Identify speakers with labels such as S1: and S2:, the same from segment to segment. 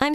S1: I'm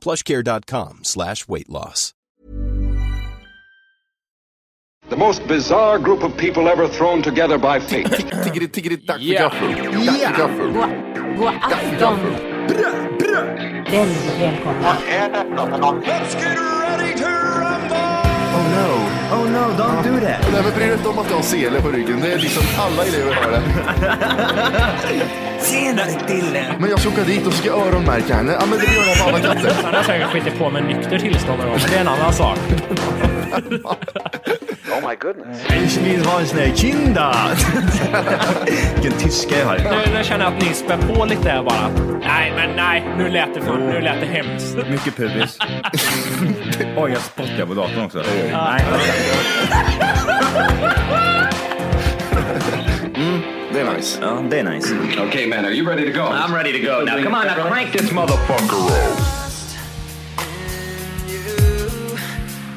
S2: Plushcare.com slash weight loss.
S3: The most bizarre group of people ever thrown together by fate.
S4: Tiggeri, tiggeri, tack för
S5: Ja.
S4: gaffel. Tack för gaffel.
S6: God afton! Väldigt välkomna.
S7: Oh no, oh no, don't do that.
S4: Nej, men bry dig inte om att jag har sele på ryggen. Det är liksom alla elever har det.
S7: Tjenare Dille!
S4: Men jag ska åka dit och ska öronmärka henne. Ja, men det gör jag på alla katter.
S5: Han har säkert skitit på med nykter tillstånd någon gång, men det är en annan sak.
S7: Ich vill ha en sån här kinda! Vilken tyska jag har.
S5: Nu, nu känner jag att ni spär på lite här bara. Nej, men nej. Nu lät det, för, nu lät det hemskt.
S7: Mycket pubis. Oj, jag spottar på datorn också. Nej.
S4: Det är nice.
S7: Ja, det är nice.
S3: okay, man, are you ready to go?
S7: I'm ready to go now. Come on, now crank this motherfucker up.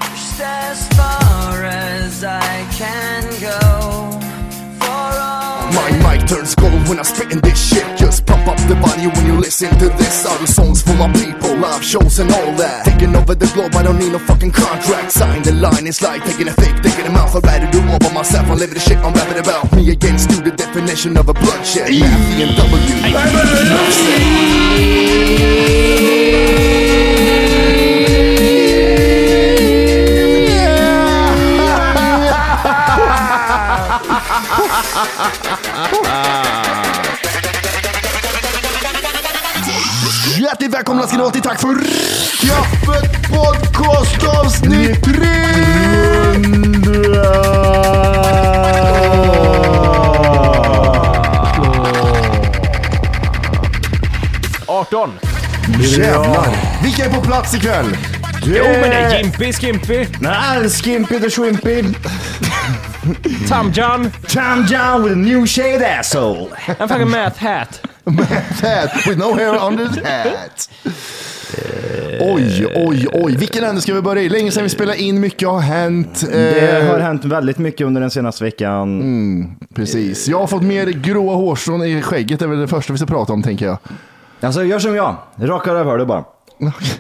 S8: Just as far as I can go for all
S4: My mic turns gold when I spit in this shit. Just pump up the body when you listen to this. Out of songs for my people, live shows and all that. Taking over the globe, I don't need no fucking contract. Sign the line, it's like taking a fake, taking a mouth. I'd rather do all by myself. I'm living the shit I'm rapping about. Me against you, the definition of a bloodshed. Yeah, and Hjärtligt välkomna ska ni vara till Tack för kaffet podcast avsnitt
S5: 18.
S4: Jävlar! Vilka är på plats ikväll?
S5: Jo, men det är Jimpy, Skimpy,
S7: Nah, skimpy the shrimpy.
S5: Tamjan,
S7: Tom down with a new shade asshole.
S5: en fucking Matt Hat.
S4: Hat with no hair under his hat. Oj, oj, oj. Vilken ände ska vi börja i? Länge sedan vi spelade in, mycket har hänt.
S7: Det
S4: Eh,
S7: har hänt väldigt mycket under den senaste veckan.
S4: Precis. Jag har fått mer gråa hårstrån i skägget, det är väl det första vi ska prata om tänker jag.
S7: Alltså, gör som jag. Raka rövhålet bara.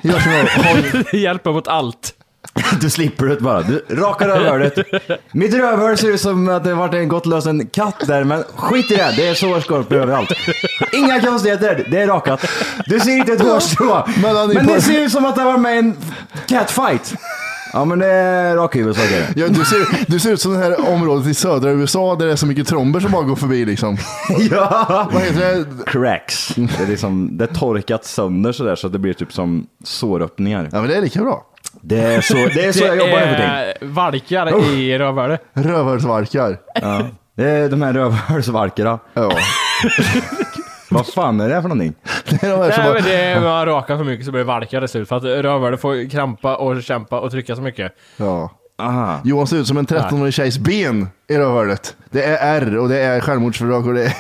S4: Jag som jag har...
S5: Det hjälper mot allt.
S7: Du slipper det bara. Du rakar rövhålet. Mitt rövhål ser ut som att det varit en gottlösen katt där, men skit i det. Det är sårskorpor överallt. Inga konstigheter. Det är rakat. Du ser inte ett hårstrå.
S4: Men han är
S7: Men
S4: på-
S7: det ser ut som att det var med i en catfight. Ja, men det är rakhyvel så är det.
S4: Ja, du, ser, du ser ut som det här området i södra USA där det är så mycket tromber som bara går förbi liksom.
S7: Ja!
S4: Vad heter det?
S7: Cracks. Det är liksom, det är torkat sönder sådär så att det blir typ som såröppningar.
S4: Ja men det är lika bra.
S7: Det är så, det är så jag jobbar Oh. med ting.
S5: är eh, valkar i rövhålet.
S4: Rövhålsvarkar.
S7: Det är de här rövhålsvalkarna.
S4: Ja.
S7: Vad fan är det för någonting?
S4: Det är de här som bara...
S5: Nej, men det är, man rakar för mycket så blir det valkar till slut. För att rövhålet får krampa och kämpa och trycka så mycket.
S4: Ja.
S7: Aha.
S4: Johan ser ut som en 13-årig tjejs ben i rövhålet. Det är R och det är självmordsförsök och det är,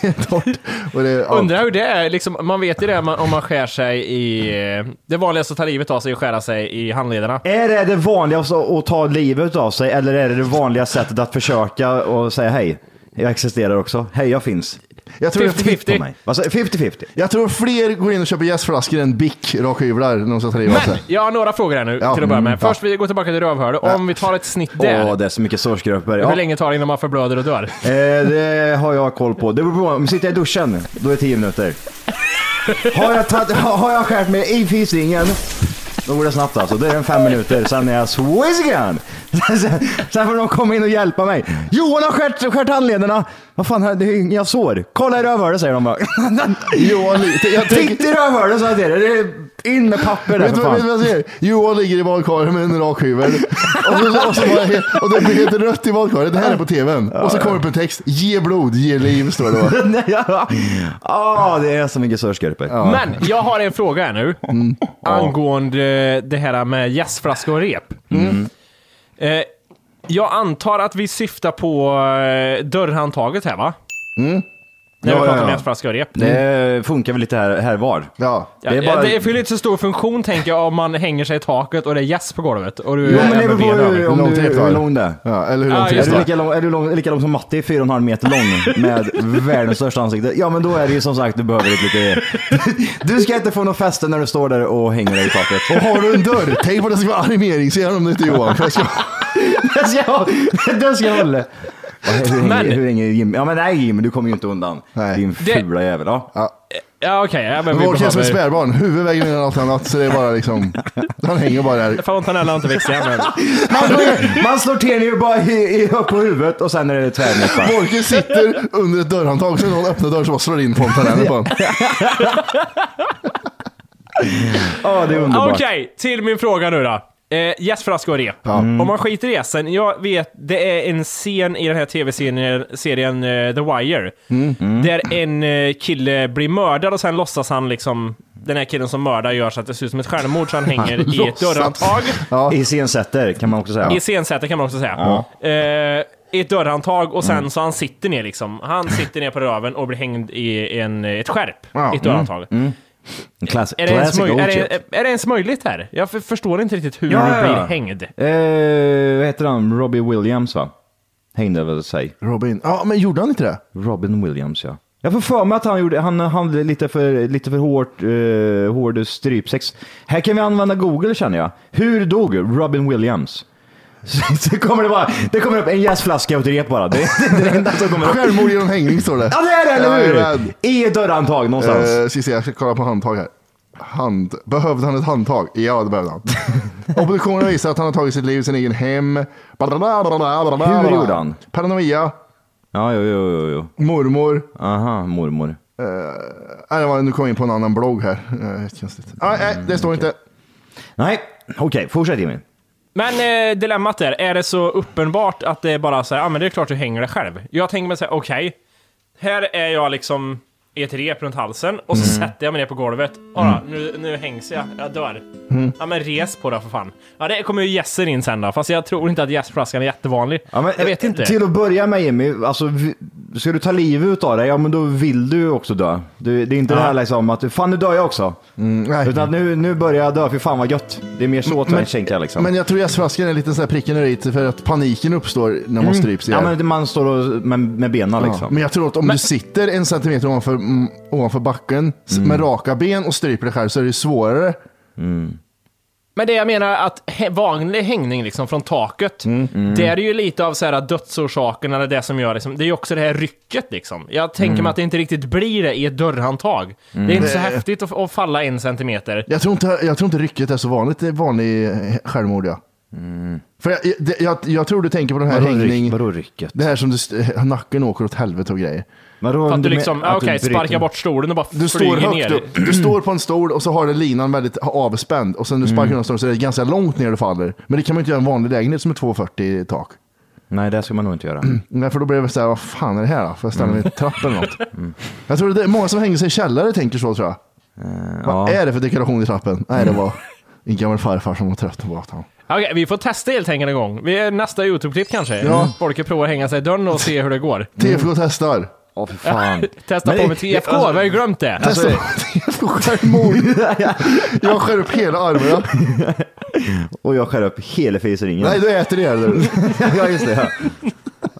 S4: det är torrt. Och det är, ja.
S5: Undrar hur det är, liksom, man vet ju det man- om man skär sig i... eh, Det vanligaste att ta livet av sig är att skära sig i handlederna.
S7: Är det det vanligaste att ta livet av sig eller är det det vanliga sättet att försöka och säga hej? Jag existerar också. Hej, jag finns.
S4: jag, tror,
S5: 50-50.
S7: På mig. Alltså 50-50.
S4: jag tror fler går in och köper jästflaskor än Bic rakhyvlar när de ska ta livet av
S5: Men
S4: sig.
S5: jag har några frågor här nu
S4: Ja,
S5: till att börja
S4: mm,
S5: med. Först vi går tillbaka till rövhålet. Om vi tar ett snitt där.
S7: Åh, det är så mycket sårskröpor. Ja.
S5: Hur länge tar det innan man förblöder och dör?
S7: Eh, det har jag koll på. Det beror på. Om jag sitter i duschen, då är det 10 minuter. Har jag, tagit, har jag skärt mig i fisringen, Då går det snabbt alltså. Det är en fem minuter, sen är jag swizz again. Sen, sen, sen får de komma in och hjälpa mig. Johan har skärt, skärt handlederna. Vad fan, här- det är inga sår. Kolla i rövhålet säger de bara.
S4: Johan, li- jag tänker,
S7: Titta i rövhålet sa jag till dig. Det är In med papper där
S4: vet du
S7: för
S4: vad vet du
S7: fan.
S4: vad jag säger? Johan ligger i badkaret med en rak hyvel. Och, så, och, så bara he- och det blir helt rött i badkaret. Det här är på tvn. Och så kommer det upp en text. Ge blod, ge liv, står det då.
S7: Nej, ja. Ah, det är så mycket sörskorpor.
S5: Men jag har en fråga här nu.
S7: Mm.
S5: Angående eh, det här med jästflaska och rep.
S7: Mm.
S5: Mm. Eh, jag antar att vi syftar på eh, dörrhandtaget här va? När
S7: Mm. Ja,
S5: vi
S7: ja,
S5: pratar om
S7: ja.
S5: jästflaska och rep.
S7: Det funkar väl lite här, här var.
S4: Ja.
S5: Ja,
S7: Det
S5: det,
S7: är bara-
S5: fyller inte så stor funktion tänker jag om man hänger sig i taket och det är gäss på golvet. Och du
S7: Jo, men det
S5: även
S7: beror på
S5: benen över.
S7: hur, om
S4: Långt
S7: du,
S4: rep då.
S7: hur lång det är.
S4: Ja, eller hur
S5: Ja,
S4: långt
S5: just
S4: finns
S7: Är du,
S4: det?
S7: lika lång, är du lång, lika lång som Matti, 4,5 meter lång med världens största ansikte? Ja men då är det ju som sagt, du behöver ett lite... Du ska inte få något fäste när du står där och hänger dig i taket.
S4: Och har du en dörr, tänk på att det ska vara animering. Se om det inte är Johan. För jag ska...
S7: Den ska, den ska hålla. Och Hur hänger,
S5: Men-
S7: hur hänger Jim? Ja men nej Jim, du kommer ju inte undan.
S4: Nej.
S7: Din fula jävel. Ja.
S5: Ja okej, ja, men vi
S4: Vår kille som ett
S5: behöver...
S4: spädbarn, huvudet väger ner allt annat. Så det är bara liksom, han hänger bara där.
S5: Fontanella har inte växt igen än.
S7: Man, slår, man slår till ju bara i, i, upp på huvudet och sen är det tvärnippar.
S4: Borken sitter under ett dörrhandtag, så någon öppnar dörren så bara slår in fontänen på honom.
S7: Ja det är underbart.
S5: Okej, till min fråga nu då. Eh, Gästflaska och rep. Om man skiter i gässen, jag vet, det är en scen i den här tv-serien serien, eh, The Wire. Där en eh, kille blir mördad och sen låtsas han liksom, den här killen som mördar gör så att det ser ut som ett självmord så han hänger i ett
S4: låtsas.
S5: dörrhandtag.
S7: Iscensätter kan man också säga.
S5: Iscensätter kan man också säga. Eh, I ett dörrhandtag och sen
S7: Mm.
S5: så han sitter ner liksom. Han sitter ner på röven och blir hängd i en, ett skärp. I ett dörrhandtag.
S7: Mm. Class,
S5: Är, det ens
S7: classic
S5: möj- är,
S7: old shit.
S5: det, är det ens möjligt här? Jag f- förstår inte riktigt hur
S7: Ja,
S5: du
S7: ja,
S5: blir
S7: ja.
S5: hängd.
S7: Eh, vad heter han? Robbie Williams va? Hängde väl sig.
S4: Robin, ja men gjorde han inte det?
S7: Robin Williams ja. Jag får för mig att han gjorde, han hade lite för, lite för hårt, eh, hård strypsex. Här kan vi använda Google känner jag. Hur dog Robin Williams? Så, så kommer det bara, det kommer upp en jäsflaska och ett rep bara. Det, det, det är det enda som kommer upp.
S4: Självmord genom hängning står det.
S7: Ja det är det, eller hur?
S4: Jajamän.
S7: I ett dörrhandtag någonstans.
S4: Eh, Cissi, jag ska kolla på handtag här. Hand. Behövde han ett handtag? Ja, det behövde han. Obduktionen visar att han har tagit sitt liv i sin egen hem. Blablabla.
S7: Hur gjorde han?
S4: Paranoia,
S7: Ja, jo, jo, jo, jo.
S4: mormor.
S7: Aha, mormor.
S4: Nej, det var, nu kom jag in på en annan blogg här. Eh, jättekonstigt. Nej, nej, det står inte.
S7: Nej, okej, fortsätt Jimmy.
S5: Men eh, dilemmat där, är det så uppenbart att det är bara så här, ja ah, men det är klart du hänger dig själv. Jag tänker mig så här, okej. här är jag liksom i ett rep runt halsen och
S7: Mm.
S5: så sätter jag mig ner på golvet. Ah, nu, nu hängs jag, jag dör.
S7: Mm.
S5: Ja men res på det för fan. Ja det kommer ju gässen in sen då, fast jag tror inte att gästflaskan är jättevanlig.
S7: Ja, men, eh,
S5: jag vet inte.
S7: Till att börja med Jimmy, alltså, vi- ska du ta livet av dig, ja men då vill du ju också dö. Du, det är inte det här liksom att, fan nu dör jag också.
S4: Mm, nej.
S7: Utan att nu, nu börjar jag dö, för fan vad gött. Det är mer så men, tänker jag liksom.
S4: Men jag tror gästflaskan är lite så här pricken över i för att paniken uppstår när man stryps
S7: Mm. ja,
S4: ihjäl.
S7: men man står och, med, med benen
S4: Ja,
S7: liksom.
S4: Men jag tror att om du sitter en centimeter ovanför, mm, ovanför backen s-
S7: Mm.
S4: med raka ben och stryper dig själv så är det svårare.
S5: Men det jag menar att hä- vanlig hängning liksom från taket,
S7: Mm,
S5: det är ju lite av så här dödsorsaken eller det som gör liksom, det är ju också det här rycket liksom. Jag tänker
S7: Mm.
S5: mig att det inte riktigt blir det i ett dörrhandtag. Det är inte så häftigt att, att falla en centimeter.
S4: Jag tror inte, jag tror inte rycket är så vanligt i vanlig eh, självmord. Ja. För jag, jag, jag, jag tror du tänker på den här
S7: Mm. Vadå ryck-
S4: hängning...
S7: vadå rycket?
S4: Det här som du, st- eh, nacken åker åt helvete och grejer.
S7: Vadå,
S5: För
S7: om
S5: att du
S7: men-
S5: liksom,
S7: att
S5: ja,
S7: du
S5: okej,
S7: bryter-
S5: sparka bort stolen och bara
S4: Du står
S5: flyger
S4: högt
S5: ner.
S4: upp. Du står på en stol och så har du linan väldigt avspänd och sen du
S7: Mm.
S4: sparkar undan stolen så är det ganska långt ner du faller. Men det kan man inte göra i en vanlig lägenhet som är 2,40 i tak.
S7: Nej, det ska man nog inte göra.
S4: Nej, för då blir det så här, vad fan är det här då? Får jag ställa mig i trappen eller
S7: Mm.
S4: något? Jag tror det är många som hänger sig i källare tänker så tror jag. vad
S7: Eh, ja.
S4: är det för dekoration i trappen? Nej, det var en gammal farfar som var trött på gatan.
S7: Mm.
S5: Okej, vi får testa helt enkelt en gång. Vi är nästa YouTube-klipp kanske. Ja. Folk provar att hänga sig i dörren och se hur det går.
S4: TFK testar.
S7: Åh för fan.
S5: Testa
S7: Men-
S5: på med TFK,
S7: Alltså-
S5: vi har ju glömt det.
S7: Alltså,
S4: TFK självmord. Jag skär upp hela armarna.
S7: och jag skär upp hela fisringen.
S4: Nej, du äter det. du.
S7: ja, just det. Ja.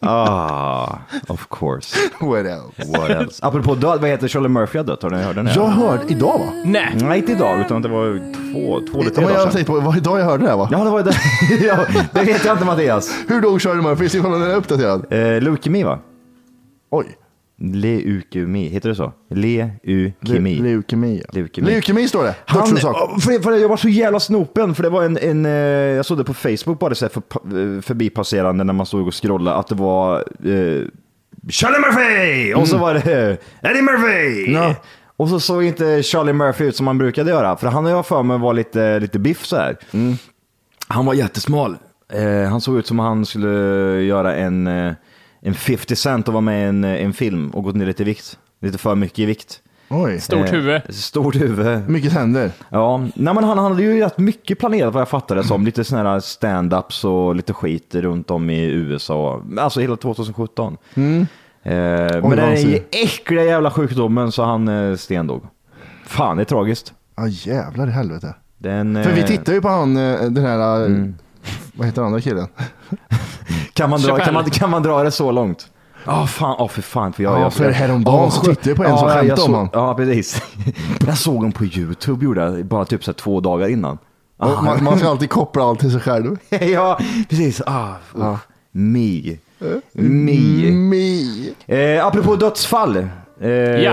S7: Ah, of course.
S4: What else?
S7: What else? Apropå död, vad heter Charlie Murphy har dött? Har ni hört den? här?
S4: Jag hörde idag va?
S5: Nej.
S7: Nej, inte idag, utan det var två, två
S4: Ja,
S7: eller
S4: men jag
S7: tre dagar
S4: har
S7: sedan.
S4: tänkt på, det var idag jag hörde det här va?
S7: Ja, det var det. ja, det vet jag inte Mattias.
S4: Hur dog Charlie Murphy? Ska vi kolla när den är uppdaterad?
S7: Eh, leukemi va?
S4: Oj.
S7: Leukemi, heter det så? Leukemi.
S4: Le- leukemi, ja.
S7: Leukemi.
S4: Leukemi står det.
S7: Han,
S4: Bort från sak.
S7: för, för jag var så jävla snopen, för det var en, en eh, jag såg det på Facebook bara så här för, eh, förbipasserande när man stod och scrollade, att det var eh, Charlie Murphy! Och så var det eh, Eddie Murphy!
S4: Ja.
S7: Och så såg inte Charlie Murphy ut som han brukade göra, för han har jag för mig var lite, lite biff så här. Han var jättesmal. Eh, han såg ut som han skulle göra en, eh, en 50 cent och vara med i en, eh, en film och gått ner lite i vikt. Lite för mycket i vikt. Eh,
S4: Oj.
S5: Stort huvud.
S7: Stort huvud.
S4: Mycket händer.
S7: Ja, nej, men han, han hade ju rätt mycket planerat vad jag fattade som. Lite sådana här stand-ups och lite skit runt om i USA. Alltså hela 2017.
S4: Mm.
S7: Eh, men den
S4: vansinne.
S7: äckliga jävla sjukdomen så han eh, stendog. Fan, det är tragiskt.
S4: Ja jävlar i helvete.
S7: Den,
S4: För vi
S7: eh, Mm.
S4: tittar ju på han, eh, den här, eh, vad heter den andra killen?
S7: Kan man, dra,
S5: Chappelle.
S7: kan, man, kan man dra det så långt? Ja, fan, åh för fan. För jag,
S4: Ja,
S7: jag,
S4: för häromdagen
S7: Ja,
S4: så
S7: sjö-
S4: tittade jag på en som
S7: ja, jag
S4: skämtade om
S7: såg-
S4: han.
S7: Ja, precis. Jag såg honom på YouTube, gjorde jag, bara typ så här två dagar innan. Ah,
S4: Man, man ska alltid koppla allt till sig själv.
S7: ja, precis. Ah, ja. Me.
S4: Mm.
S7: Me.
S4: Mi.
S7: Eh, apropå dödsfall. Eh,
S5: Ja.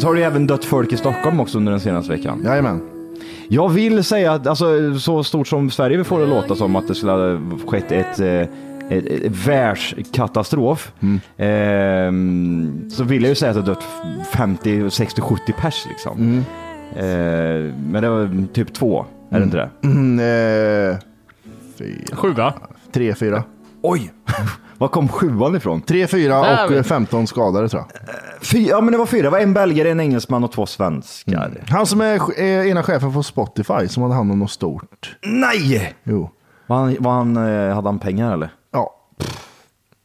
S7: Så har det ju även dött folk i Stockholm också under den senaste veckan.
S4: Jajamän.
S7: Jag vill säga att alltså, så stort som Sverige får det låta som att det skulle ha skett ett, eh, ett, ett världskatastrof. Eh, så vill jag ju säga att det har dött 50, 60, 70 pers liksom. Eh, men det var typ två, är det inte det?
S4: Mm, eh, fyra,
S5: Sjua.
S4: tre, fyra.
S7: Oj! Var kom sjuan ifrån?
S4: Tre, fyra
S5: Där
S4: och
S5: vi-
S4: eh, 15 skadade tror jag.
S7: Fy, ja men det var fyra, det var en belgare, en engelsman och två svenskar.
S4: Han som är ch- eh, ena chefen på Spotify som hade hand om något stort.
S7: Nej!
S4: Jo.
S7: Var han, var han, eh, hade han pengar eller? Mm.
S4: Ja.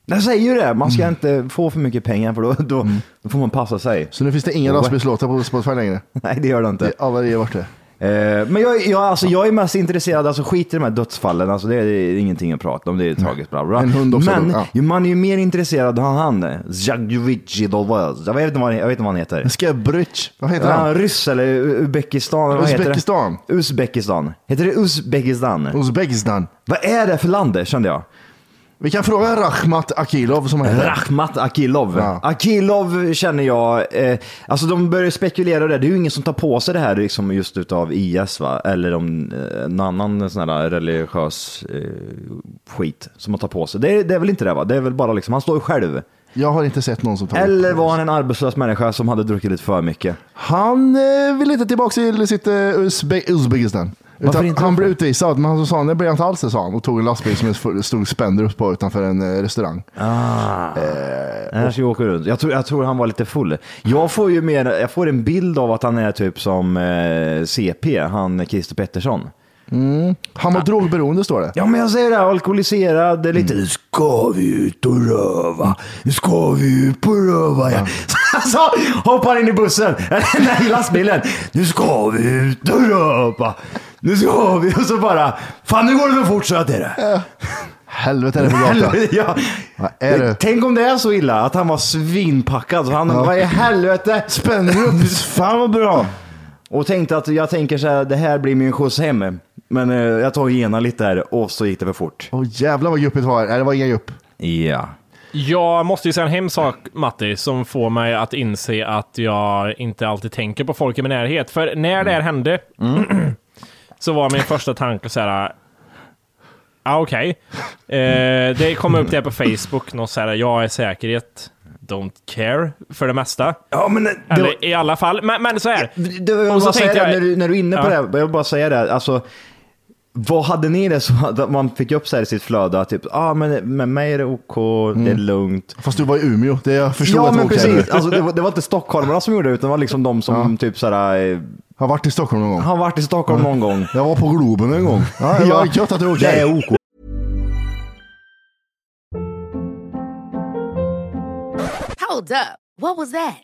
S7: Jag säger ju det, man ska inte få för mycket pengar för då, då, då får man passa sig.
S4: Så nu finns det inga
S7: Oh.
S4: lastbilslåtar på Spotify längre.
S7: Nej det gör det inte.
S4: Det- Alla det vart det.
S7: Eh, men jag, jag, alltså, jag är mest intresserad, alltså skit i de här dödsfallen, alltså, det är, det är ingenting att prata om, det är tragiskt. Bla bla.
S4: En hund också
S7: men
S4: dog, ja.
S7: ju, man är ju mer intresserad av han, Zjagdjivitj, jag vet inte vad han- jag vet inte vad han heter.
S4: Skebrytj. Vad heter
S7: Ja,
S4: han?
S7: ryss eller U- Uzbekistan? eller Vad heter det?
S4: Uzbekistan.
S7: Uzbekistan. Heter det Uzbekistan?
S4: Uzbekistan.
S7: Vad är det för land det, kände jag?
S4: Vi kan fråga Rahmat Akilov som han heter.
S7: Rahmat Akilov.
S4: Ja.
S7: Akilov känner jag, eh, alltså de börjar spekulera det. Det är ju ingen som tar på sig det här liksom just utav IS va? Eller om eh, någon annan sån här religiös eh, skit som man tar på sig. Det är, det är väl inte det va? Det är väl bara liksom, han står ju själv.
S4: Jag har inte sett någon som tar
S7: Eller var han en arbetslös människa som hade druckit lite för mycket?
S4: Han eh, vill inte tillbaka till sitt eh, Uzbe- Uzbekistan. Utan
S7: inte?
S4: han blev utvisad, men han sa han, det blev inte alls det sa han. Och tog en lastbil som det f- stod Spendrups på utanför en eh, restaurang.
S7: Eh, Nej, Han ska ju åka runt. Jag tror, jag tror han var lite full. Jag får ju mer, jag får en bild av att han är typ som eh, CP, han Christer Pettersson.
S4: Han var drogberoende står det.
S7: Ja men jag säger det, här, alkoholiserad, lite
S4: Mm.
S7: nu ska vi ut och röva, nu ska vi ut på röva ja. Så hoppar in i bussen, eller nej i lastbilen, nu ska vi ut och röva. Nu ska vi och så bara, fan nu går det för fort så jag till det.
S4: Helvete är det på gatan.
S7: Helvete, ja.
S4: Vad är det?
S7: Tänk om det är så illa att han var svinpackad. Så han,
S4: Ja.
S7: vad i helvete?
S4: Spendrups, fan vad bra.
S7: Och tänkte att jag tänker så här, det här blir min skjuts hem. Men eh, jag tar gena lite här och så gick det för fort.
S4: Åh jävlar vad guppigt var. Nej, det var ingen gupp.
S7: Ja.
S5: Jag måste ju säga en hemsk sak, Matti, som får mig att inse att jag inte alltid tänker på folk i min närhet. För när
S7: Mm.
S5: det här hände så var min första tanke så här... Ah, Okej. Eh, det kom upp där på Facebook, något så här, jag är säkerhet, don't care, för det mesta.
S7: Ja men eh, det,
S5: Eller
S7: var-
S5: i alla fall, men, men så här.
S7: det, var- jag
S5: Och
S7: vill
S5: så
S7: bara säga
S5: tänkte
S7: det,
S5: jag-
S7: när, du, när du är inne på
S5: Ja.
S7: det, här, jag vill bara säga det, här, alltså. Vad hade ni det så att man fick upp så här i sitt flöde? att Typ, ah, men med mig är det OK, det är lugnt.
S4: Fast du var i Umeå, det jag Mm. förstår
S7: ja
S4: att det
S7: men
S4: var okej.
S7: precis, alltså, det, var, det var inte stockholmarna som gjorde det utan det var liksom de som typ så här, eh,
S4: Har varit i Stockholm någon gång.
S7: har varit i Stockholm någon gång.
S4: Jag var på Globen en gång. Ja, det var gött att det är okej.
S7: Det är OK.
S9: Hold up. What was that?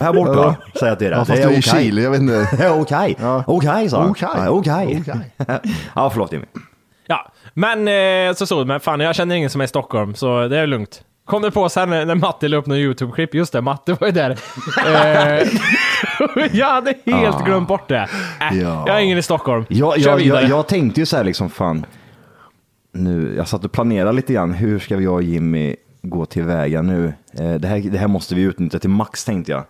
S7: Här borta, säger jag till dig.
S4: Ja, fast
S7: Det är
S4: du är i
S7: okej.
S4: Chile, jag vet inte.
S7: Det är Okej, okej sa han.
S5: Okej.
S7: Ja, Okej. Ja, förlåt Jimmy.
S5: Ja, men eh, så såg det, men fan jag känner ingen som är i Stockholm, så det är lugnt. Kom det på sen när när Matte la upp något YouTube-klipp, just det, Matte var ju där. eh, jag hade helt
S7: Ah.
S5: glömt bort det. Äh,
S7: Ja.
S5: Jag är ingen i Stockholm.
S7: Jag,
S5: Kör
S7: jag,
S5: vidare.
S7: jag, jag tänkte ju så här liksom, fan. Nu, jag satt och planerade lite grann, hur ska jag och Jimmy gå tillväga nu? Eh, det, här, det här måste vi utnyttja till max tänkte jag.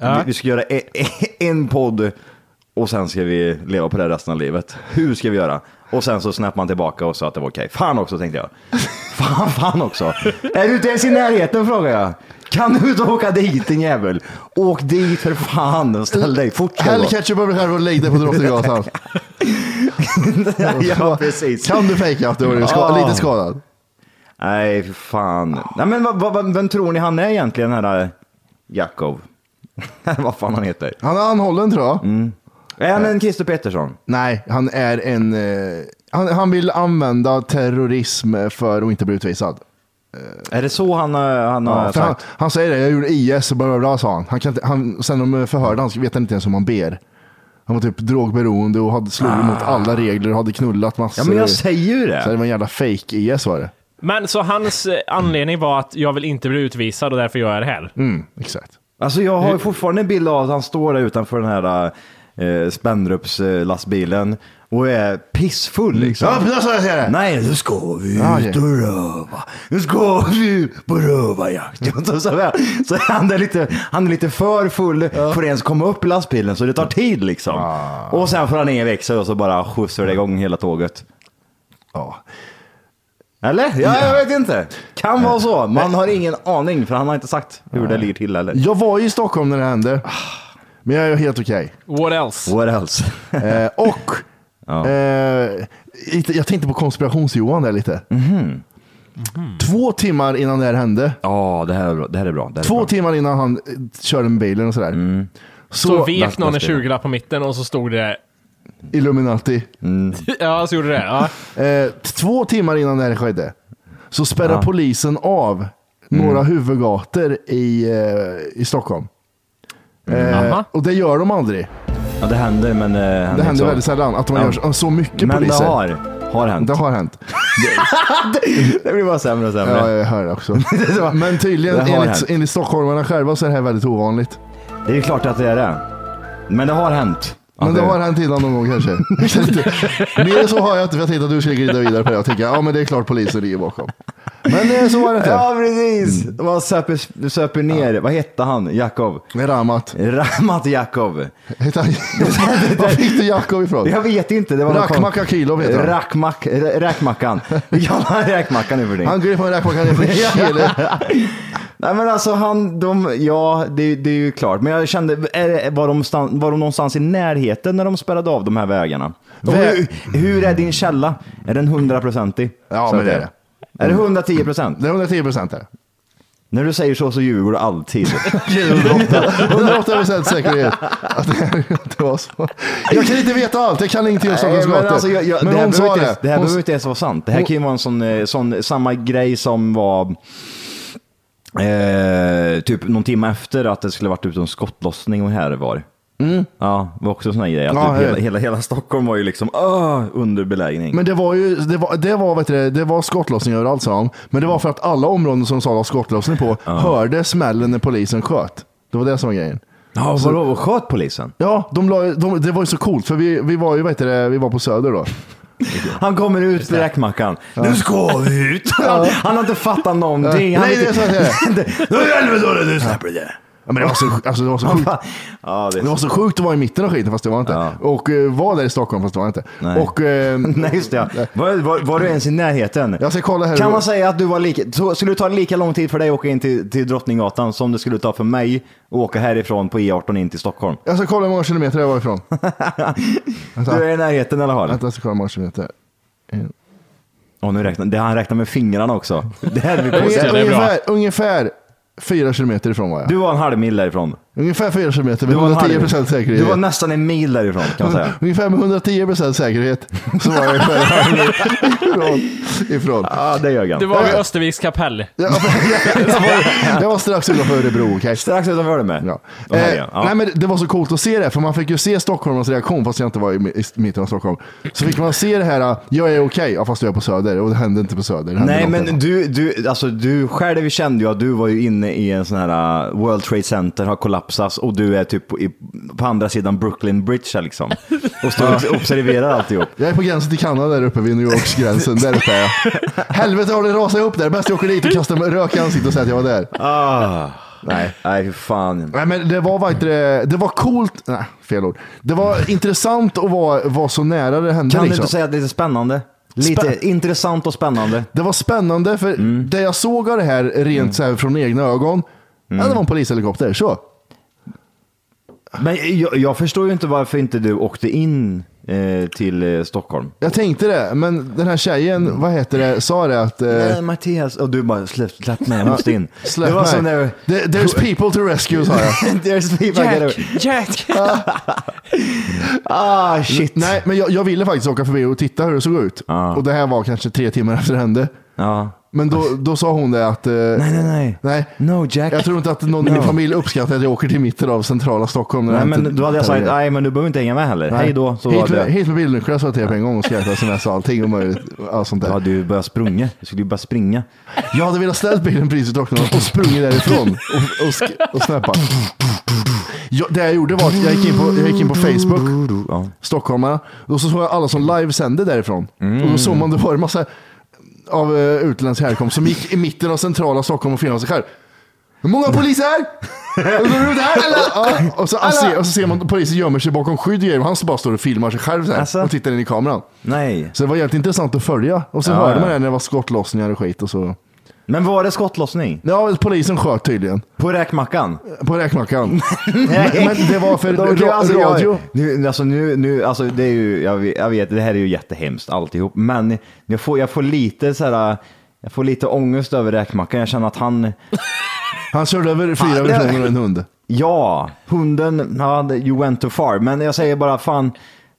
S5: Ja.
S7: Vi, vi ska göra e- e- en podd och sen ska vi leva på det resten av livet. Hur ska vi göra? Och sen så snappade man tillbaka och sa att det var okej. Fan också tänkte jag. Fan, fan också. Är du inte ens i närheten frågar jag. Kan du inte åka dit din jävel? Åk dit för fan och ställ dig fort. ska jag
S4: Häll
S7: gå.
S4: ketchup över här och lägg dig på Drottninggatan.
S7: ja, precis.
S4: Kan du fejka att du är ska-
S7: Ja.
S4: lite skadad?
S7: Nej, för fan. Nej, men vad, vad, vad, vem tror ni han är egentligen, den här Jakov? vad fan han heter?
S4: Han är anhållen tror jag.
S7: Är han en Christer Pettersson?
S4: Nej, han är en... eh, Han, han vill använda terrorism för att inte bli utvisad.
S7: Är det så han, eh, han har
S4: Ja, för han,
S7: sagt?
S4: han säger det, jag gjorde IS och bla bla bla sa han. han, kan inte, han sen de förhörde han så vet han inte ens om han ber. Han var typ drogberoende och hade slog emot alla regler och hade knullat massor.
S5: Ja, men jag säger ju det.
S4: Så det var en jävla fake IS var det.
S5: Men så hans eh, anledning var att jag vill inte bli utvisad och därför gör jag det här.
S4: Mm, exakt.
S7: Alltså jag har ju fortfarande en bild av att han står där utanför den här eh, Spendrups eh, lastbilen och är pissfull liksom.
S4: Ja, precis så jag ser det.
S7: Nej, nu ska vi ut
S4: Ja, okej.
S7: och röva. Nu ska vi ut på rövarjakt. Och så- så här. så han är lite, han är lite för full för att ens komma upp i lastbilen så det tar tid liksom. Och sen får han ingen växel och så bara skjutsar det igång hela tåget.
S4: Ja.
S7: Eller? Ja, Eh. jag vet inte. Kan vara så. Man har ingen aning för han har inte sagt hur det ligger till eller.
S4: Jag var ju i Stockholm när det hände. Men jag är helt okej.
S5: What else?
S7: What else?
S4: Eh, och eh, lite- jag tänkte på konspirations-Johan där lite.
S7: Mhm.
S4: Två timmar innan det här hände.
S7: Ja, det här är bra. Det här är bra. Det här är
S4: Två
S7: bra.
S4: timmar innan han eh, körde med bilen och sådär.
S7: Mm.
S5: Så, vek någon en 20 på mitten och så stod det...
S4: Illuminati.
S5: ja, så gjorde det. Ja.
S4: Eh, t- två timmar innan det här skedde så spärrar
S5: Ja.
S4: polisen av
S7: Mm.
S4: några huvudgator i, eh, i Stockholm. Eh,
S7: Aha.
S4: och det gör de aldrig.
S7: Mm. Ja, det händer, men... eh,
S4: det
S7: händer
S4: händer
S7: inte så.
S4: väldigt sällan att man
S7: Ja.
S4: gör så- så mycket
S7: Men
S4: poliser.
S7: det har, har hänt.
S4: Det har hänt.
S7: det blir bara sämre och sämre.
S4: Ja, jag hör det också. Men tydligen,
S7: Det har
S4: enligt,
S7: hänt.
S4: enligt stockholmarna själva så är det här väldigt ovanligt.
S7: Det är ju klart att det är det. Men det har hänt.
S4: Men
S7: Att
S4: det har hänt innan någon gång kanske. Jag kan inte- Mer så har jag inte, för jag tänkte att du skulle glida vidare på det och tänka, ja men det är klart polisen ligger bakom. Men eh, så var det inte.
S7: Ja, precis.
S4: Mm.
S7: Man söper, söper ner. Vad hette han? Jakov?
S4: Ramat.
S7: Ramat Jakov.
S4: Hette han- Var fick du Jakov ifrån?
S7: Jag vet inte. Det var någon
S4: Rakhmak
S7: kon-
S4: Akilov heter han.
S7: Rakhmak, rä- räkmackan. Vi kallar han räkmackan nu för
S4: Han
S7: det.
S4: går ifrån räkmackan ner för Chile.
S7: Nej men alltså han, de, ja det, det är ju klart. Men jag kände, är, det- var, de stan, var de någonstans i närheten när de spärrade av de här vägarna? Och
S4: Vä-
S7: hur, hur är din källa? Är den hundraprocentig?
S4: Ja,
S7: Så
S4: men
S7: att
S4: det är det. Mm.
S7: Är det 110 procent?
S4: Det är 110 procent där.
S7: När du säger så så ljuger du alltid.
S4: 108 procent säkerhet att det, här, att det var så. Jag kan inte veta allt, jag kan ingenting om Stockholms
S7: Nej, men
S4: gator.
S7: alltså, jag, jag,
S4: men
S7: det här
S4: hon
S7: behöver
S4: sa
S7: inte
S4: det.
S7: ens- det här
S4: Hon-
S7: behöver inte ens vara sant. Det här
S4: hon-
S7: kan ju vara en sån, eh, sån samma grej som var eh, typ någon timme efter att det skulle varit ut en skottlossning och här var. Ja, det var också en sån här grej. Att
S4: Mm. Ja,
S7: typ
S4: det-
S7: hela, hela, hela Stockholm var ju liksom "Åh", under belägring.
S4: Men det var ju, det var, det var, vet du, det, det var skottlossning överallt sa de. Men det var för att alla områden som de sa var skottlossning på hörde smällen när polisen sköt. Det var det som var grejen.
S7: Ja,
S4: Alltså-
S7: vadå, och sköt polisen?
S4: Ja, de la, de, det var ju så coolt för vi, vi var ju, vet du, det, vi var på Söder då.
S7: Han kommer ut med räkmackan. Nu ska vi ut! Han, han har inte fattat någonting. Han
S4: Nej,
S7: vet
S4: det är så att det är.
S7: inte- Nu är det helvete, nu släpper vi det.
S4: Ja, men det var så, alltså, det var så sjukt. det, var så sjukt att vara i mitten av skiten, fast det var inte. Och eh, var där i Stockholm, fast det var inte.
S7: Nej.
S4: Och, eh,
S7: Nej, just det. ja. Var, var, var du ens i närheten?
S4: Jag ska kolla här.
S7: Kan man säga att du var lika, så skulle det ta lika lång tid för dig att åka in till, till Drottninggatan som det skulle ta för mig att åka härifrån på E18 in till Stockholm?
S4: Jag ska kolla hur många kilometer jag var ifrån.
S7: Du är i närheten i alla fall.
S4: Vänta, jag ska kolla hur många kilometer.
S7: Åh, nu räknar, det, han räknar med fingrarna också. Det här blir
S4: Ungefär,
S7: konstigt.
S4: ungefär, ungefär fyra kilometer ifrån var jag.
S7: Du var en halv mil därifrån.
S4: Ungefär fyra kilometer
S7: Du
S4: med
S7: var, en
S4: 110
S7: halv,
S4: procent säkerhet.
S7: du var nästan en mil därifrån kan man säga.
S4: Ungefär med 110 procent säkerhet så var jag ungefär en halv mil ifrån. ifrån.
S7: Ja, det gör jag.
S5: Du var vid Österviks kapell.
S4: Jag var strax utanför Örebro. Okay?
S7: Strax utanför det med.
S4: Ja.
S7: Och här
S4: Eh,
S7: igen, ja.
S4: nej, men det var så coolt att se det, för man fick ju se stockholmarnas reaktion, fast jag inte var i, mi- i mitten av Stockholm. Så fick man se det här, eh, jag är okej, ja, fast jag är på Söder, och det hände inte på Söder. Det hände
S7: Nej
S4: något
S7: men
S4: annat.
S7: du, du, alltså, du själv kände ju att du var ju inne i en sån här uh, World Trade Center har kollapsats och du är typ på, i, på andra sidan Brooklyn Bridge här, liksom. Och står och observerar alltihop.
S4: Jag är på gränsen till Kanada där uppe vid New Yorks gränsen. Där uppe är jag. Helvete har det rasat upp där. Bäst jag åker dit och kastar mig rök i ansiktet och säger att jag var där.
S7: Ah, nej, nej fy fan.
S4: Nej men det var vad heter det, det var coolt. Nej, fel ord. Det var intressant att vara, vara så nära det hände
S7: Kan du
S4: liksom.
S7: inte säga att det är lite spännande? Lite
S4: Spä-
S7: intressant och spännande.
S4: Det var spännande för
S7: Mm.
S4: det jag såg av det här rent så här från egna ögon.
S7: Mm.
S4: Ja, det var en polishelikopter. Så.
S7: Men jag, jag förstår ju inte varför inte du åkte in eh, till eh, Stockholm.
S4: Jag tänkte det, men den här tjejen, vad heter det, sa det att... eh,
S7: Mm. Nej, Mattias. Och du bara, släpp, släpp mig, jag måste in.
S4: Släpp
S7: det var
S4: mig.
S7: som när...
S4: There- There's people to rescue, sa jag.
S7: There's people I gotta-
S5: Jack!
S7: Ah, shit.
S4: Nej, men jag, jag ville faktiskt åka förbi och titta hur det såg ut. Och det här var kanske tre timmar efter det hände.
S7: Ja.
S4: Men då, då sa hon det att... eh,
S7: Nej, nej, nej.
S4: nej.
S7: No, Jack.
S4: Jag tror inte att någon i min
S7: No.
S4: familj uppskattar att jag åker till mitten av centrala Stockholm. när
S7: Nej,
S4: det har
S7: men
S4: hänt
S7: då hade jag sagt,
S4: terror.
S7: nej men du behöver inte hänga med heller.
S4: Nej.
S7: Hej då. Så
S4: hit,
S7: hade
S4: med,
S7: jag-
S4: hit med bilnycklar sa jag till er på en gång och skrattade sms och allting. Och möjligt, allt sånt
S7: Då
S4: där.
S7: hade du börjat springa. Du skulle ju bara springa.
S4: Jag hade velat ställt bilen precis vid Drottningholm och sprungit därifrån och, och, sk- och snappat. Jag, det jag gjorde var att jag gick in på, jag gick in på Facebook,
S7: Ja.
S4: stockholmarna, och så såg jag alla som livesände därifrån. Och då såg man det var en massa av eh, utländsk härkomst som gick i mitten av centrala Stockholm och filmade sig själv. Hur många poliser är? Och så, ja, och, så, och, så, och så ser man att polisen gömmer sig bakom skydd och grejer, och han bara står och filmar sig själv så här,
S7: Alltså?
S4: och tittar in i kameran.
S7: Nej.
S4: Så det var jävligt intressant att följa. Och så
S7: Ja,
S4: hörde
S7: ja.
S4: man det när det var skottlossningar och skit. Och så.
S7: Men var det skottlossning?
S4: Ja, polisen sköt tydligen.
S7: På räkmackan?
S4: På räkmackan. men, men det var för
S7: Då kan
S4: ra-
S7: jag- alltså, jag-
S4: radio.
S7: Nu, alltså, nu, nu, alltså, det är ju, jag, vet- jag vet, det här är ju jättehemskt alltihop, men jag får, jag får lite så här, jag får lite ångest över räkmackan. Jag känner att han,
S4: Han körde över fyra
S7: Fan, det-
S4: personer och en hund.
S7: ja, hunden, ja, det- you went too far. Men jag säger bara, fan,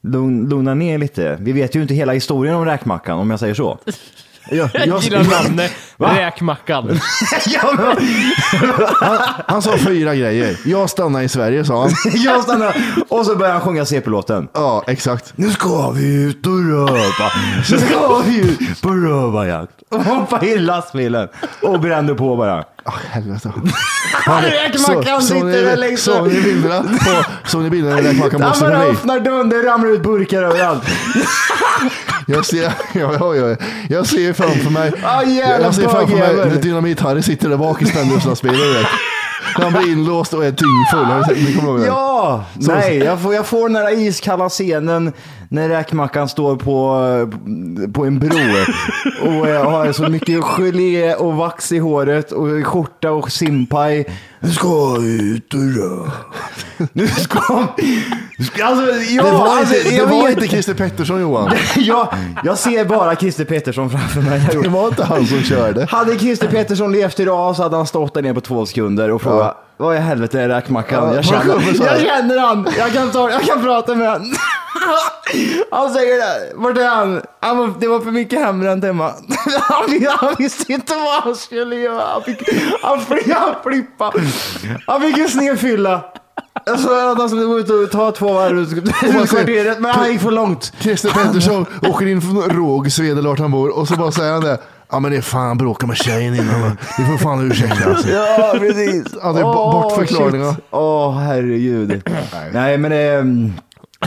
S7: lugn, lugna ner lite. Vi vet ju inte hela historien om räkmackan, om jag säger så.
S4: Jag,
S5: Jag
S4: jag,
S5: gillar namnet
S7: Va?
S5: Räkmackan.
S7: ja, men,
S4: han sa fyra grejer. Jag stannar i Sverige sa han.
S7: Jag stannar och så börjar han sjunga CP-låten.
S4: Ja, exakt.
S7: Nu ska vi ut och röva. Nu ska vi ut på rövarjakt. Och hoppa i lastbilen och brände på bara.
S4: Oh, helvete.
S7: Räkmackan sitter där längst
S4: Såg
S7: upp.
S4: ni bilderna på såg ni bilderna när räkmackan
S7: Han bara
S4: blåste förbi?
S7: öppnar dörren, det ramlar ut burkar överallt.
S4: Jag ser, ja, ja, ja. jag ser ju framför mig,
S7: Ah, jävla
S4: jag ser framför mig
S7: bögjävel.
S4: när Dynamit-Harry sitter där bak i Spendrups-lastbilen. du vet. När han blir inlåst och är dyngfull. Har du sett- ni kommer ihåg det?
S7: Ja,
S4: Så-
S7: nej, jag får, jag får den där iskalla scenen när räkmackan står på, på en bro och jag har så mycket gelé och vax i håret och skjorta och simpaj. Nu ska jag ut och röra. Nu ska... nu ska- Alltså, ja,
S4: Det var
S7: alltså,
S4: inte, det
S7: jag
S4: var
S7: vet-
S4: inte Christer Pettersson Johan.
S7: jag, jag ser bara Christer Pettersson framför mig. Jag
S4: Det
S7: gjorde-
S4: var inte han som körde.
S7: Hade Christer Pettersson levt idag så hade han stått där nere på två sekunder och frågat Vad i helvete är räkmackan?
S4: Ja,
S7: Jag känner,
S4: vad skönt för
S7: jag
S4: sig.
S7: känner han! Jag kan, ta, jag kan prata med han. Han säger det. Vart är han? han var, det var för mycket hembränt hemma. Han, vi- han visste inte vad han skulle göra. Han, fick, han, fli- han flippade. Han fick en snedfylla. Jag sa att han skulle gå ut och ta två varv ut ut kvarteret, men han gick för långt.
S4: Christer Pettersson åker in från Rågsved eller vart han bor och så bara säger han det. Ja men det är fan han bråkade med tjejen innan. va? Ni får fan ursäkta alltså.
S7: Ja, precis.
S4: Ja, det är bo- bortförklaringar.
S7: shit. Åh, herregud. Nej, men det...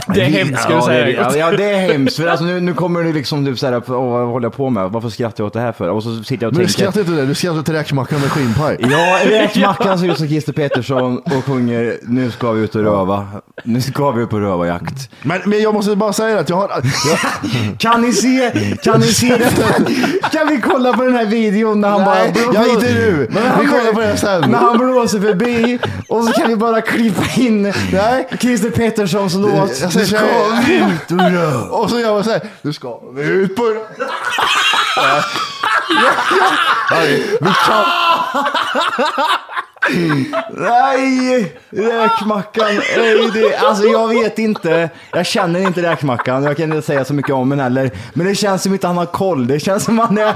S5: Det är hemskt, ska
S7: ehm, ja,
S5: vi säga.
S7: Det är, ja, det är hemskt. För alltså, nu, nu kommer det liksom typ såhär, åh, vad håller jag på med? Varför skrattar jag åt det här för? Och så sitter jag och
S4: Men du
S7: tänker.
S4: skrattar inte åt det, du skrattar till räkmackan med skinnpaj.
S7: Ja, räkmackan ser ut som Christer Pettersson och sjunger Nu ska vi ut och röva. Nu ska vi ut på rövarjakt.
S4: Men, men jag måste bara säga att jag har...
S7: kan ni se? Kan ni se detta? Kan vi kolla på den här videon när han
S4: Nej,
S7: bara...
S4: jag inte nu.
S7: När han-
S4: Vi kollar på det här sen.
S7: När han blåser förbi och så kan vi bara klippa in Nej. Christer Petterssons låt.
S4: Jag säger
S7: "Nu ska
S4: så här-
S7: vi ut och röva."
S4: Och så gör man såhär, nu ska vi ut på... Ja. Harry, vi kan...
S7: Nej! Räkmackan. Nej, det, alltså jag vet inte. Jag känner inte räkmackan. Jag kan inte säga så mycket om den heller. Men det känns som inte han har koll. Det känns som han är,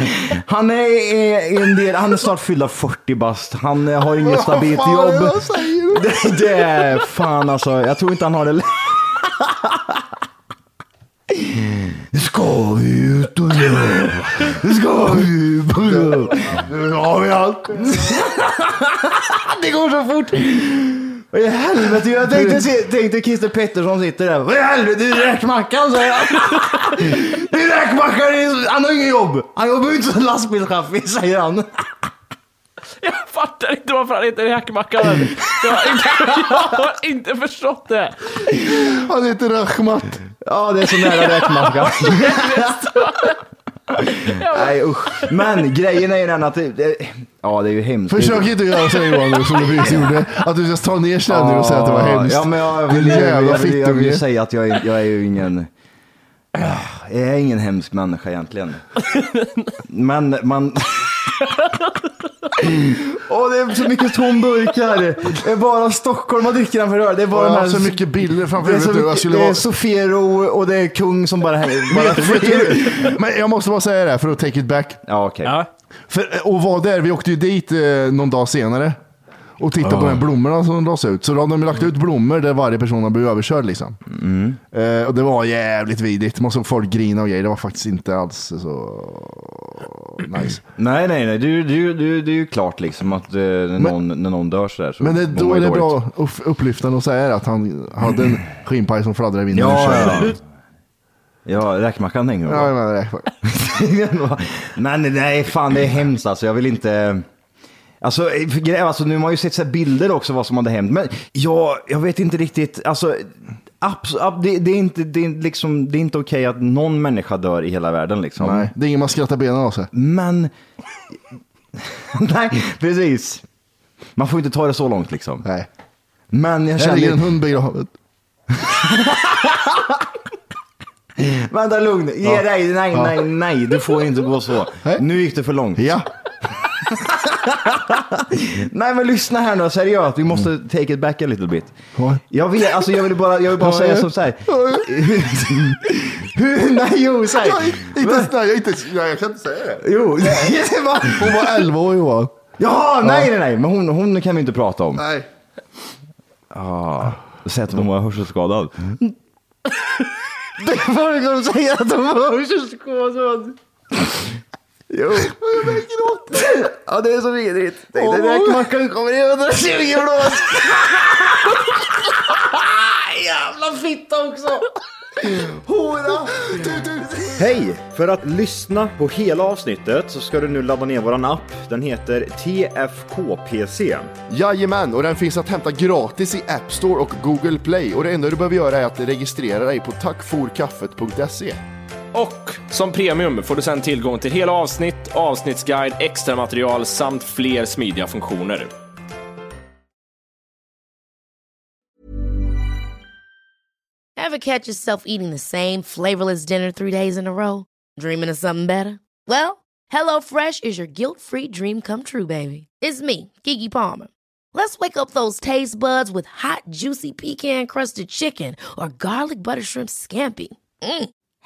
S7: han är eh, en del, han är snart fyllda 40 bast. Han eh, har inget stabilt
S4: Vad fan är det
S7: jobb.
S4: jag säger?
S7: Det, det är fan alltså. Jag tror inte han har det. Nu ska vi ut och göra. Nu ska vi ut och göra.
S4: Nu har vi allt.
S7: Det går så fort. Vad i helvete, jag tänkte, se, tänkte Christer Pettersson sitter där. Vad i helvete, det är räkmackan säger han. Det är räkmackan, det är- han har inget jobb. Han jobbar ju inte som lastbilschaffis säger han.
S5: Jag fattar inte varför han heter Räkmackan. Jag, har inte- jag har inte förstått det.
S4: Han heter Rachmat.
S7: Ja, det är så nära räkmackan. Nej usch. Men grejen är ju den att det, det, ja det är ju hemskt.
S4: Försök inte göra så Johan nu som du precis gjorde. Att du ska ta ner sig nu och säga att det var hemskt.
S7: Ja, men jag vill,
S4: Din
S7: jag, jag,
S4: jävla
S7: jag, vill, jag vill ju
S4: fittunge.
S7: säga att jag, är- jag är ju ingen... Ah, Jag är ingen hemsk människa egentligen. Men man... Åh, det är så mycket tom burk här. Det är bara Stockholm man dricker den för öl. Det är bara
S4: Jag
S7: de
S4: har
S7: här...
S4: så alltså, mycket bilder framför
S7: det är, så
S4: huvudet nu. Jag
S7: mycket,
S4: skulle
S7: det är
S4: vara...
S7: Sofiero och det är Kung som bara hänger.
S4: Bara-
S7: Vet du-
S4: Men jag måste bara säga det här för att take it back.
S7: Ja, okej.
S4: För, och var där, vi åkte ju dit eh, någon dag senare och tittade på
S7: Ja.
S4: de här blommorna som lades ut. Så då hade de lagt ut blommor där varje person har blivit överkörd liksom.
S7: Mm.
S4: Eh, och det var jävligt vidigt. Man såg folk grina och grejer. Det var faktiskt inte alls så nice.
S7: Nej, nej, nej. Det, är ju- det, är ju- det, är ju- det är ju klart liksom att eh, när, någon, när någon dör sådär så
S4: Men det, då
S7: mår
S4: är
S7: man ju
S4: det
S7: dåligt.
S4: bra upp- upplyftande att säga att han hade en skinnpaj som fladdrade i vinden.
S7: Ja, ja. Ja, räkmackan hänger
S4: Ja, men det är klart.
S7: Men nej, fan det är hemskt alltså. Jag vill inte... Alltså, för grej- alltså nu har man ju sett så här bilder också vad som hade hänt. Men jag, jag vet inte riktigt, alltså... abs- ab- det, det är inte, det är liksom, det är inte okej att någon människa dör i hela världen liksom.
S4: Nej, det är ingen man skrattar benen av sig.
S7: Men... nej, precis. Man får inte ta det så långt liksom.
S4: Nej.
S7: Men jag
S4: Här ligger en
S7: känner...
S4: hund begraven.
S7: Vänta lugn, ge
S4: Ja.
S7: dig, nej,
S4: Ja.
S7: nej, nej, du får inte gå så. Nu gick det för långt.
S4: Ja.
S7: Nej men lyssna här nu, seriöst. Vi måste
S4: Mm.
S7: take it back a little bit. Jag vill, alltså, jag vill bara, jag vill bara
S4: Ja,
S7: säga
S4: ja.
S7: som så här.
S4: Ja,
S7: Hur, nej jo, så här.
S4: Jag, är inte, ens- nej, jag, är inte, nej, jag kan inte säga det.
S7: Jo, det var...
S4: Hon var 11 år Johan.
S7: Jaha, nej nej nej, men hon, hon kan vi inte prata om.
S4: Nej.
S7: Ja, säg att hon var hörselskadad. Det föregår att säga att hon var hörselskadad. Jo. Ja, det är så vidrigt. Tänk dig räkmackan kommer i 120 blås. Jävla fitta också. Hora. Hej! För att lyssna på hela avsnittet så ska du nu ladda ner våran app. Den heter TFKPC.
S4: Jajamän, och den finns att hämta gratis i App Store och Google Play. Och det enda du behöver göra är att registrera dig på tackforkaffet.se.
S5: Och som premium får du sen tillgång till hela avsnitt, avsnittsguide, extra material samt fler smidiga funktioner.
S9: Ever catch yourself eating the same flavorless dinner three days in a row? Dreaming of something better? Well, HelloFresh is your guilt free dream come true, baby. It's me, Kiki Palmer. Let's wake up those taste buds with hot, juicy pecan crusted chicken or garlic butter shrimp scampi. Mm.